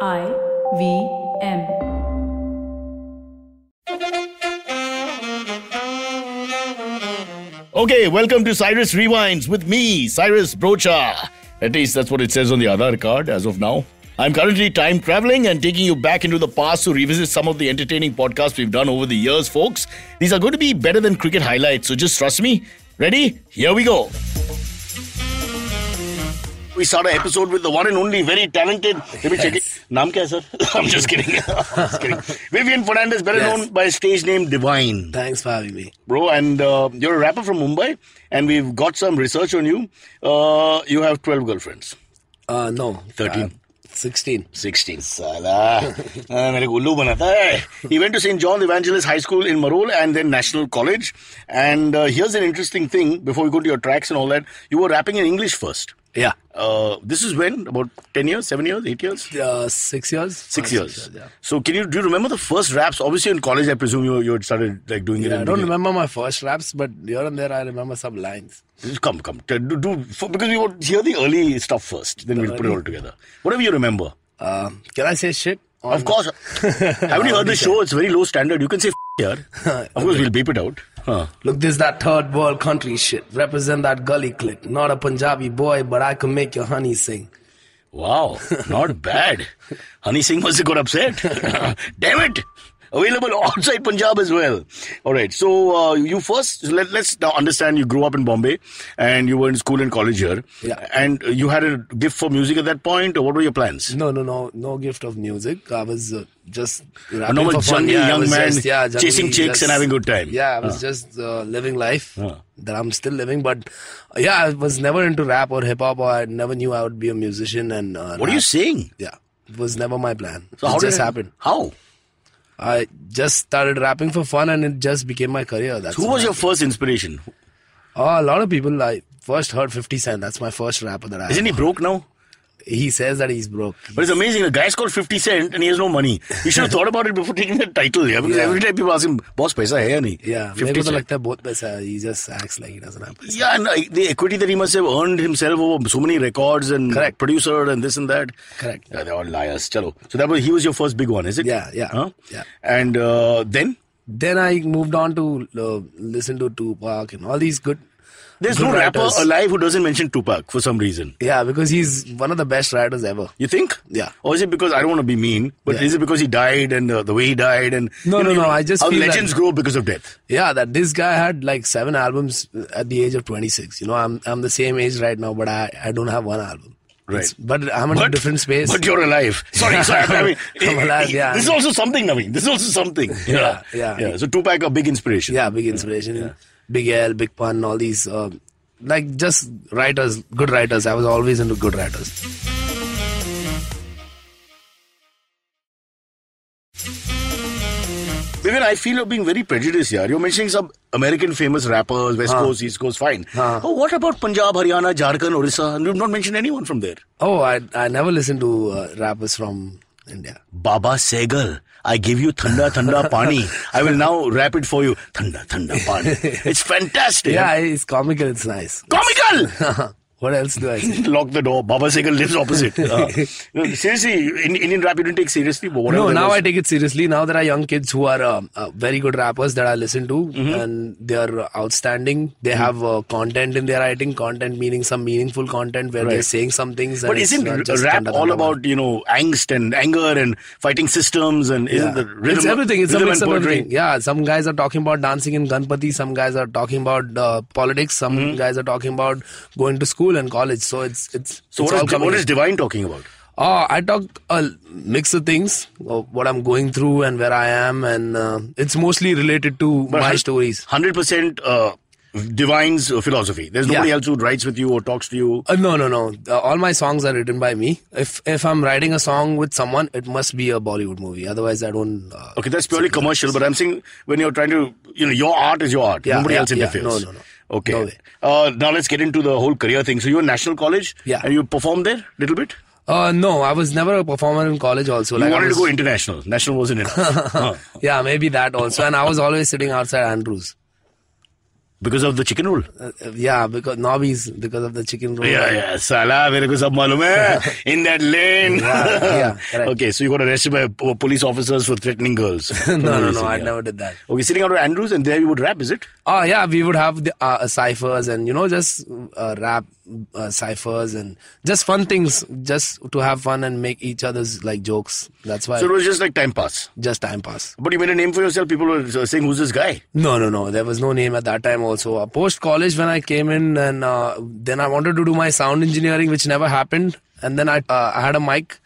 I V M. Okay, welcome to Cyrus Rewinds with me, Cyrus Brocha. At least that's what it says on the Aadhaar card as of now. I'm currently time traveling and taking you back into the past to revisit some of the entertaining podcasts we've done over the years, folks. These are going to be better than cricket highlights, so just trust me. Ready? Here we go. We start our episode with the one and only very talented. Let me check it. Naam kya hai, sir? I'm just kidding. I'm just kidding. Vivian Fernandez, better Yes. known by stage name Divine. Thanks for having me. bro and uh, you're a rapper from mumbai and we've got some research on you uh, you have 12 girlfriends Uh, no. 13. Uh, 16. 16 Salah. Ah, mere ko ullu bana tha. Hey. he went to st john the evangelist high school in marol and then national college and uh, here's an interesting thing before we go to your tracks and all that you were rapping in english first Yeah. uh, this is when about 10 years 7 years 8 years Uh, six years? Six Uh, years. yeah. So, can you do you remember the first raps? Obviously, in college, I presume you you had started like doing it. Yeah, in I don't the- remember my first raps, but here and there I remember some lines. Come, come. t- Do, do, f because we would hear the early stuff first, then we'll put it all together. Whatever you remember. Um, can I say shit? On- Of course. Haven't you heard the show? It's very low standard. You can say f here. Of course, we'll beep it out. Huh. Look, this that third world country shit. Represent that gully clique. Not a Punjabi boy, but I can make your honey sing. Wow. Not bad. Honey Singh must have got upset. Damn it. Available outside Punjab as well. All right. So, uh, you first, let, let's now understand you grew up in Bombay and you were in school and college here. Yeah. And you had a gift for music at that point, or what were your plans? No, no, no, no gift of music. I was uh, just A rapping normal for fun. jungle Yeah, I young was man just- yeah, jungly, chasing chicks and just- having good time. Ah. Yeah, I was just uh, living life Huh. that I'm still living. But uh, yeah, I was never into rap or hip hop. Or I never knew I would be a musician. And uh, What are you rap- saying? Yeah, it was never my plan. So it how just did it happened? How? I just started rapping for fun, and it just became my career. That's Who was all. your first inspiration? Oh, a lot of people. I first heard Fifty Cent. That's my first rapper that I. Isn't he broke now? He says that he's broke. But it's amazing. The guy's called 50 Cent and he has no money. You should have thought about it before taking the title. Yeah? Because Yeah. every time people ask him, boss, paisa hai ya nahi? Yeah, 50 मेरे को तो Cent. लगता है बहुत पैसा है. He just acts like he doesn't have पैसा. Yeah, and uh, the equity that he must have earned himself over so many records and Correct. producer and this and that. Correct. Yeah, they're all liars. Chalo. So that was he was your first big one, is it? Yeah, yeah, Huh? yeah. And uh, then Then I moved on to uh, listen to Tupac and all these good. there's good no rapper writers. alive who doesn't mention Tupac for some reason. Yeah, because he's one of the best writers ever. You think? Yeah. Or is it because I don't want to be mean, but Yeah. is it because he died and uh, the way he died and No, you no, you no, I just how feel that- legends grow because of death. Yeah, that this guy had like seven albums at the age of 26. You know, I'm I'm the same age right now, but I, I don't have one album. Right. but I'm in a different space. But you're alive. Sorry, sorry. I mean, I'm alive, yeah. This is also something, Naveen. This is also something. Yeah, yeah. So Tupac, a big inspiration. yeah, big inspiration. Big L, Big Pun, all these. Uh, like just writers, good writers. I was always into good writers. Vivian, I feel you're being very prejudiced here. You're mentioning some American famous rappers, West Coast, East Coast, fine. Huh. Oh, what about Punjab, Haryana, Jharkhand, Orissa? And you've not mentioned anyone from there. Oh, I I never listened to uh, rappers from India. Baba Segal, I give you Thanda Thanda Pani. I will now rap it for you. Thanda Thanda Pani. It's fantastic. Yeah, it's comical. It's nice. Comical! what else do I say? Lock the door. Baba Segal lives opposite. Uh, no, seriously, in, Indian rap you didn't take seriously. But whatever no, that now was. I take it seriously. Now there are young kids who are uh, uh, very good rappers that I listen to, Mm-hmm. and they are outstanding. They have uh, content in their writing, content meaning some meaningful content where they're Right. saying some things. and But it's isn't not r- just rap thunder, all thunder, about you know angst and anger and fighting systems and thunder. isn't Yeah. the rhythm? it's everything. It's a rhythm mix and of poetry. everything. Yeah, some guys are talking about dancing in Ganpati. Some guys are talking about uh, politics. Some Mm-hmm. guys are talking about going to school and college. So it's it's So it's what all is, coming what in. is divine talking about? Uh, I talk a mix of things, uh, what I'm going through and where I am, and uh, it's mostly related to my stories. Hundred percent uh, divine's uh, philosophy. There's nobody Yeah. else who writes with you or talks to you. Uh, no, no, no. Uh, all my songs are written by me. If if I'm writing a song with someone, it must be a Bollywood movie. Otherwise, I don't. Uh, Okay, that's purely commercial. But I'm saying when you're trying to, you know, your art is your art. Yeah, nobody yeah, else yeah. interferes. No, no, no. Okay. No way. uh, now let's get into the whole career thing. So you were in national college, Yeah. and you performed there a little bit. Uh, no, I was never a performer in college. Also, You like I wanted was, to go international. National wasn't enough. Huh. Yeah, maybe that also. And I was always sitting outside Andrews. because of the chicken roll. Uh, yeah, because nobbies because of the chicken roll. Yeah, yeah, साला मेरे को सब मालूम है. In that lane. Yeah, yeah, correct. Okay, so you got arrested by po- police officers for threatening girls. no, no, no. reason, I yeah. never did that. Okay, sitting out at Andrews, and there you would rap, is it? Oh yeah, we would have the uh, ciphers and you know just uh, rap uh, ciphers and just fun things, just to have fun and make each other's like jokes. That's why So it was just like time pass. just time pass. But you made a name for yourself. People were uh, saying, "Who's this guy?" No, no, no. There was no name at that time. Also, uh, post college when I came in and uh, then I wanted to do my sound engineering, which never happened. And then I uh, I had a mic,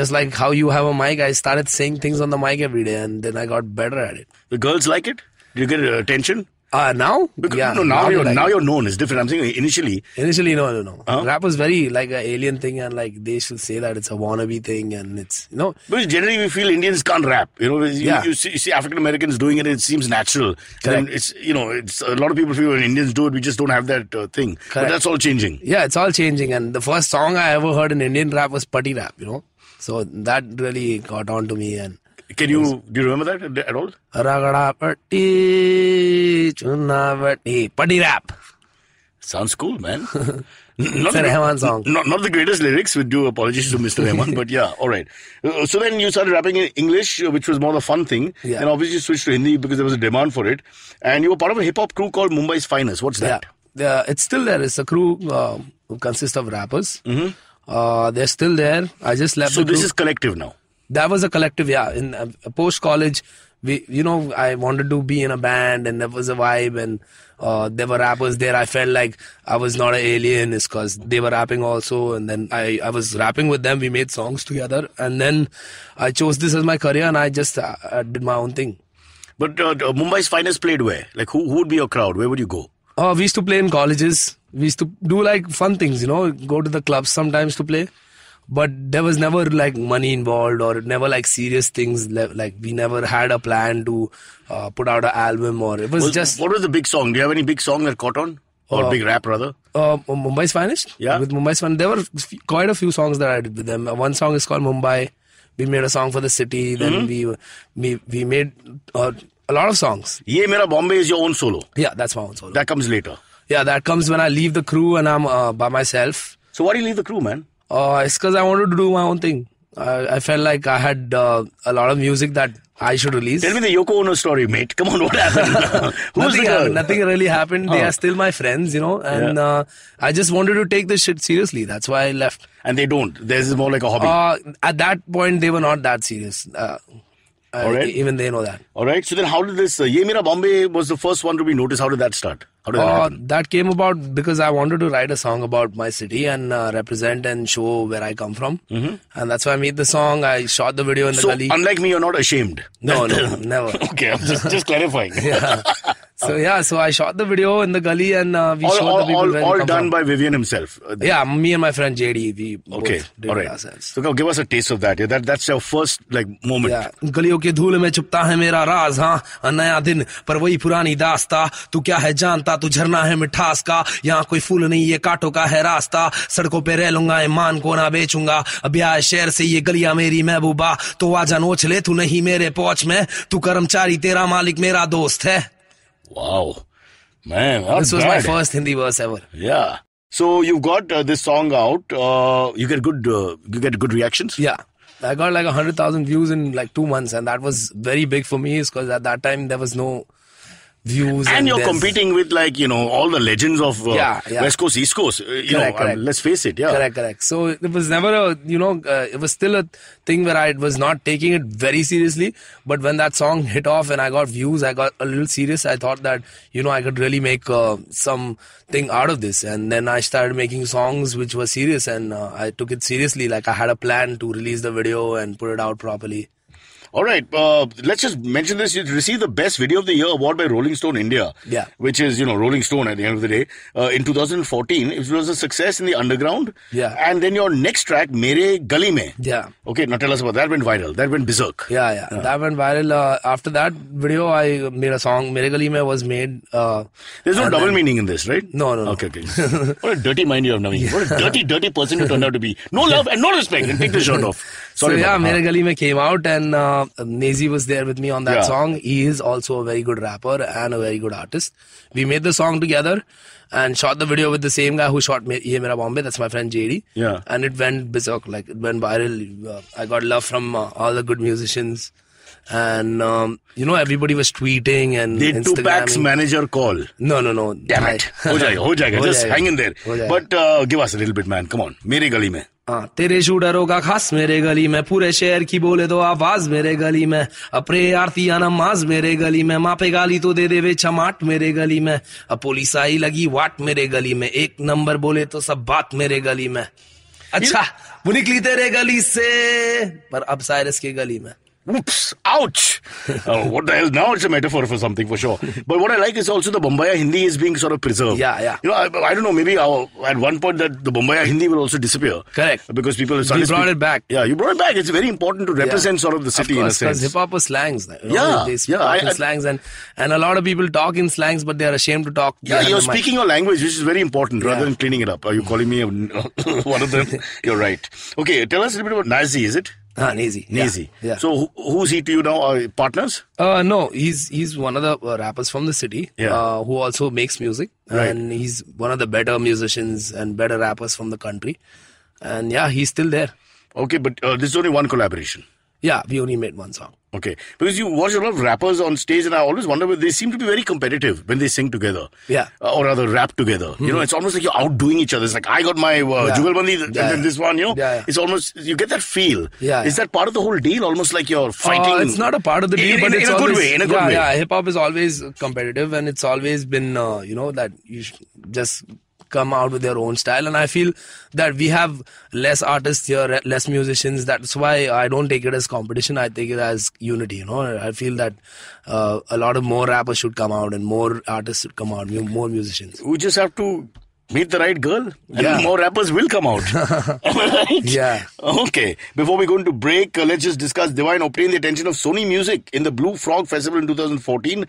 just like how you have a mic. I started saying things on the mic every day, and then I got better at it. The girls like it. Did you get uh, attention? Uh, now, Because yeah, no, now they you're like now it. you're known. It's different. I'm saying initially. Initially, no, no, no. Huh? Rap was very like an alien thing, and like they should say that it's a wannabe thing, and it's you know, Because generally we feel Indians can't rap. You know, you, Yeah. you see, you see African Americans doing it, it seems natural. And Correct. it's you know, it's a lot of people feel when Indians do it, we just don't have that uh, thing. But Correct. that's all changing. yeah, it's all changing. And the first song I ever heard in Indian rap was Patti rap, you know, so that really caught on to me. And Can you do you remember that at all? ragada patti chunavati patti rap. Sounds cool, man. not It's a the- Rahman song. Not, not the greatest lyrics. With due apologies to Mr. Rahman, but yeah, all right. Uh, so then you started rapping in English, uh, which was more the fun thing, Yeah. and obviously you switched to Hindi because there was a demand for it. And you were part of a hip hop crew called Mumbai's Finest. What's that? Yeah, Yeah, it's still there. It's a crew uh, who consists of rappers. Mm-hmm. Uh, they're still there. I just left. So the this crew. is collective now. that was a collective yeah in uh, post college we you know i wanted to be in a band and there was a vibe and uh, there were rappers there i felt like i was not an alien is because they were rapping also and then I, I was rapping with them we made songs together and then i chose this as my career and i just uh, uh, did my own thing But uh, uh, Mumbai's finest played where? Like who, who would be your crowd? Where would you go? uh, we used to play in colleges we used to do like fun things you know go to the clubs sometimes to play but there was never like money involved or never like serious things le- like we never had a plan to uh, put out an album or it was Was- just what was the big song? Do you have any big song that caught on or big rap rather? uh, Mumbai's finest. Yeah. With Mumbai's finest, there were f- quite a few songs that I did with them. Uh, One song is called Mumbai. We made a song for the city. Mm-hmm. Then we, we we made uh, a lot of songs. Ye Mera Bombay is your own solo. Yeah, that's my own solo. That comes later. yeah, that comes when I leave the crew and I'm uh, by myself. So why do you leave the crew, man? Uh, it's because I wanted to do my own thing. I, I felt like I had uh, a lot of music that I should release. Tell me the Yoko Ono story, mate. Come on, what happened? Who's nothing, the girl? Oh. happened- nothing really happened. They are still my friends, you know. And uh, I just wanted to take this shit seriously. That's why I left. And they don't. Theirs is more like a hobby. Uh, at that point, they were not that serious. Uh, uh, Alright. Even they know that. All right. So then, how did this uh, Ye Mera Bombay was the first one to be noticed? How did that start? How did that Uh, happen? that came about because I wanted to write a song about my city and uh, represent and show where I come from. Mm-hmm. And that's why I made the song. I shot the video in the So gully. unlike me, you're not ashamed. no, no, never. Okay, I'm just, just clarifying. Yeah. So yeah, so I shot the video in the gully and uh, we all showed the all, people all, where we all come done from. by Vivian himself. Uh, yeah, me and my friend JD, we Okay. both did All it right. ourselves. So now give us a taste of that. Yeah, that that's your first like moment. या गलियों के धूल में छुपता है मेरा राज हाँ नया दिन पर वही पुरानी दास्ता तू क्या है जानता तू झरना है मिठास का यहाँ कोई फूल नहीं ये कांटों का है रास्ता सड़कों पे रह लूंगा ईमान को ना बेचूंगा अब आए शहर से ये गलियां मेरी महबूबा तो आजा नोच ले तू नहीं मेरे पहुंच में तू कर्मचारी तेरा मालिक मेरा दोस्त है Wow, man, not this was my bad. First Hindi verse ever Yeah. So you've got uh, this song out. Uh, you get good. Uh, you get good reactions. Yeah. I got like 100,000 views in like two months, and that was very big for me because at that time there was no views. And you're there's- competing with like you know all the legends of uh, Yeah, yeah. West Coast, East Coast. Uh, you Correct, know, um, correct. let's face it. Yeah. Correct, correct. So it was never a, you know, uh, it was still a thing where I was not taking it very seriously. But when that song hit off and I got views, I got a little serious. I thought that, you know, I could really make uh, something out of this. And then I started making songs which were serious and uh, I took it seriously. Like I had a plan to release the video and put it out properly. All right, uh, let's just mention this. You received the Best Video of the Year award by Rolling Stone India. Yeah. Which is, you know, Rolling Stone at the end of the day. Uh, in 2014, it was a success in the underground. Yeah. And then your next track, Mere Gali Mein. Yeah. Okay, now tell us about that. Went viral. That went berserk. Yeah, yeah. That went viral. Uh, after that video, I made a song. Mere Gali Mein was made. Uh, There's no and double then- meaning in this, right? No, no, no. Okay, okay. what a dirty mind you have, Naveen. What a dirty, dirty person you turned out to be. No love and no respect. And take the shirt off. Sorry. so yeah, about that. Mere Gali Mein came out and uh, uh, Nazi was there with me on that Yeah. song. He is also a very good rapper and a very good artist. We made the song together and shot the video with the same guy who shot Me- Ye Mera Bombay. That's my friend JD. Yeah. And it went berserk. Like it went viral. Uh, I got love from uh, all the good musicians. And um, you know everybody was tweeting and Did Tupac's Instagramming. manager call? No, no, no. Damn it. I- Ho jayega, ho jayega. हो Just जाएगा. hang in there. हो जाएगा. But uh, give us a little bit, man. Come on. Mere gali mein. हाँ, तेरे shooter होगा खास मेरे गली में पूरे शहर की बोले तो आवाज मेरे गली में अपरे आरती या नमाज मेरे गली में माँ पे गाली तो दे देवे छमाट मेरे गली में अब पुलिस आई लगी वाट मेरे गली में एक नंबर बोले तो सब बात मेरे गली में अच्छा वो निकली तेरे गली से पर अब साइरस के गली में Oops, ouch. Oh, what the hell? Now it's a metaphor for something for sure. But what I like is also the Bombaya Hindi is being sort of preserved. Yeah, yeah. You know, I, I don't know, maybe our, at one point that the Bombaya Hindi will also disappear. Correct. Because people have We started brought speak- it back. Yeah, you brought it back. It's very important to represent sort of the city course, in a 'cause sense. hip hop was slangs. you know, Yeah, they yeah, talk I- in I- slangs and and a lot of people talk in slangs, but they are ashamed to talk. Yeah, behind you're the mic. speaking your language, which is very important, rather Yeah. than cleaning it up. Are you calling me a, one of them? You're right. Okay, tell us a little bit about Nazi, is it? Ah, Nazi. Yeah, Nazi. Yeah. So who, who's he to you now? Are you partners? Uh, no, he's he's one of the uh, rappers from the city Yeah. uh, who also makes music, Right. and he's one of the better musicians and better rappers from the country. And yeah, he's still there. Okay, but uh, this is only one collaboration. Yeah, we only made one song. Okay, because you watch a lot of rappers on stage, and I always wonder whether they seem to be very competitive when they sing together. Yeah. Hmm. Uh, or rather, rap together. You know, it's almost like you're outdoing each other. It's like I got my uh, Yeah. Jugalbandi, and Yeah, then yeah. this one. You know, Yeah, yeah. it's almost you get that feel. Yeah, Is yeah. that part of the whole deal? Almost like you're fighting. Uh, it's not a part of the deal, in, but in, it's in a always, good way. In a good yeah, way. Yeah, hip hop is always competitive, and it's always been uh, you know that you sh- just come out with their own style. And I feel that we have less artists here, re- less musicians. That's why I don't take it as competition. I take it as unity. You know, I feel that uh, a lot of more rappers should come out, and more artists should come out, mu- more musicians. We just have to meet the right girl, and Yeah. more rappers will come out. Am I right? Yeah. Okay. Before we go into break, uh, let's just discuss Divine obtained the attention of Sony Music in the Blue Frog Festival in 2014.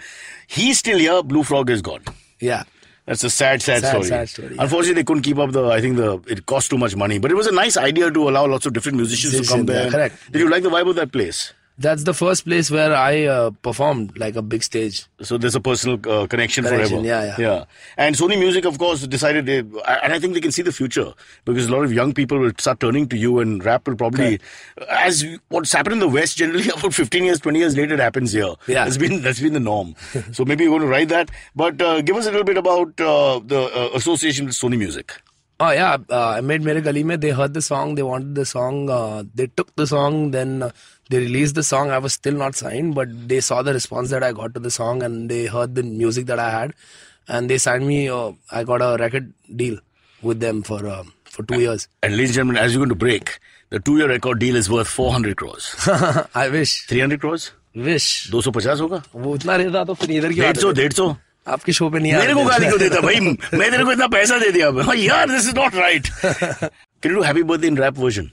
He's still here. Blue Frog is gone. Yeah. That's a sad, sad, Sad, story. sad story, yeah. Unfortunately, they couldn't keep up the. I think the it cost too much money, but it was a nice idea to allow lots of different musicians to come Musicians, yeah, there. correct. Did you like the vibe of that place? That's the first place where I uh, performed like a big stage. So there's a personal uh, connection, Connection, forever. yeah, yeah. yeah. And Sony Music, of course, decided, they, and I think they can see the future because a lot of young people will start turning to you, and rap will probably, as what's happened in the West generally, about 15 years, 20 years later, it happens here. Yeah. that's been that's been the norm. so maybe you're going to write that, but uh, give us a little bit about uh, the uh, association with Sony Music. Oh yeah, uh, I made Mere Gali Mein. They heard the song, they wanted the song, uh, they took the song, then uh, they released the song. I was still not signed, but they saw the response that I got to the song, and they heard the music that I had, and they signed me. Uh, I got a record deal with them for um for two years. And ladies and gentlemen, as you're going to break, the two-year record deal is worth 400 crores, I wish, 300 crores, wish. 250 होगा, वो उतना रहता तो फिर इधर क्यों 150, आते थे? 150. आपके शो पे नहीं मेरे को गाली आते क्यों थे। देता भाई मैं तेरे को इतना पैसा दे दिया मैं- यार this is not right can you happy birthday in rap version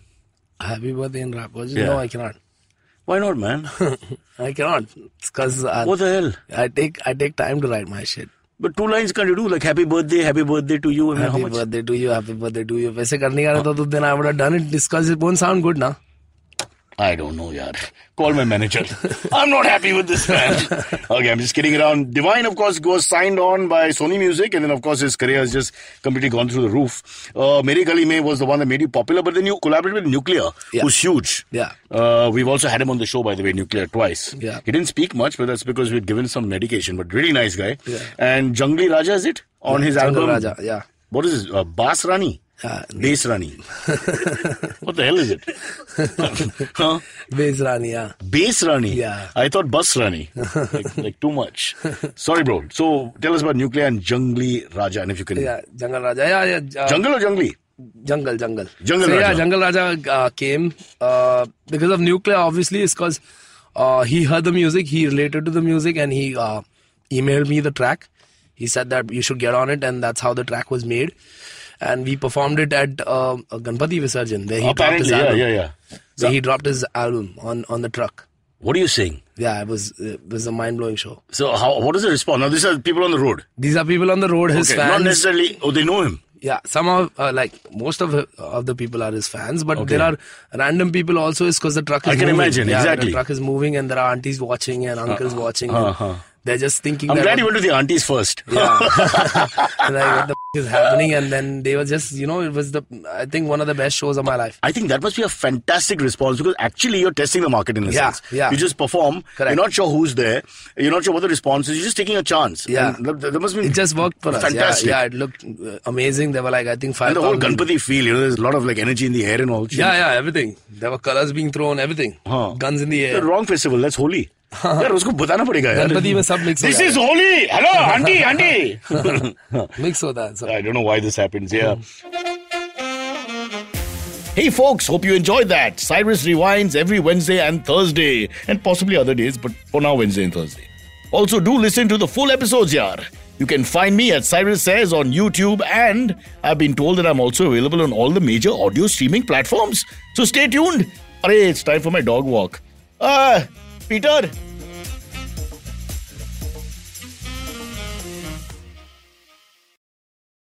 Happy birthday in rap. Yeah. No, I cannot. Why not man I cannot. Because I, what the hell I take I take time to write my shit. But two lines can you do like happy birthday happy birthday to you and how happy much birthday to you happy birthday to you वैसे करने का रहता तो then I would have done it discuss it won't sound good ना I don't know, yaar. Call my manager. I'm not happy with this man. okay, I'm just kidding around. Divine, of course, was signed on by Sony Music, and then, of course, his career has just completely gone through the roof. Uh, Mere Gali Mein was the one that made you popular, but then you collaborated with Nuclear, Yeah. who's huge. Yeah. Uh, we've also had him on the show, by the way, Nuclear, twice. Yeah. He didn't speak much, but that's because we'd given some medication, but really nice guy. Yeah. And Jungli Raja, is it? On his album. Raja या What is this? Uh, Bas Rani? Yeah. Bass Rani. what the hell is it? huh? वेज रानी या Base Rani. Yeah. I thought bus Rani. like, like too much. Sorry, bro. So tell us about nuclear and Jungli Raja, and if you can. या जंगल राजा या या Jungle or Jungli? jungle jungle Jungle so yeah Raja. jungle raja uh, came uh, because of nuclear obviously is because uh, he heard the music he related to the music and he uh, emailed me the track he said that you should get on it and that's how the track was made and we performed it at uh, ganpati visarjan where he dropped Apparently, his yeah, album yeah, yeah. where he dropped his album on on the truck What are you saying? yeah it was it was a mind-blowing show So how? What is the response? Now these are people on the road. these are people on the road his Okay, fans Not necessarily. Oh, they know him. yeah some of uh, like most of of the people are his fans but there are random people also is because the truck is I can moving. imagine, yeah, exactly. Uh-huh. the truck is moving and there are aunties watching and uncles watching and they're just thinking I'm that glad you went to the aunties first. yeah like what the f- is happening and then they were just you know it was the i think one of the best shows of my life I think that must be a fantastic response because actually you're testing the market in a Yeah, sense. yeah. You just perform. Correct. You're not sure who's there. You're not sure what the response is. You're just taking a chance. Yeah. And that, that must be it just worked for us Fantastic. yeah, yeah it looked uh, amazing there were like i think five And the whole Ganpati feel, you know, there's a lot of like energy in the air and all. yeah yeah everything there were colors being thrown everything Huh. guns in the The air wrong festival, that's holy. यार उसको बताना पड़ेगा यार गणपति में सब mix हो this गया is Holi hello aunty aunty mix होता है सब I don't know why this happens या Hmm. Hey folks, hope you enjoyed that. Cyrus Rewinds every Wednesday and Thursday, and possibly other days, but for now, Wednesday and Thursday. Also, do listen to the full episodes, yar. You can find me at Cyrus Says on YouTube, and I've been told that I'm also available on all the major audio streaming platforms. So stay tuned. Arey, it's time for my dog walk. Ah, Uh, Peter,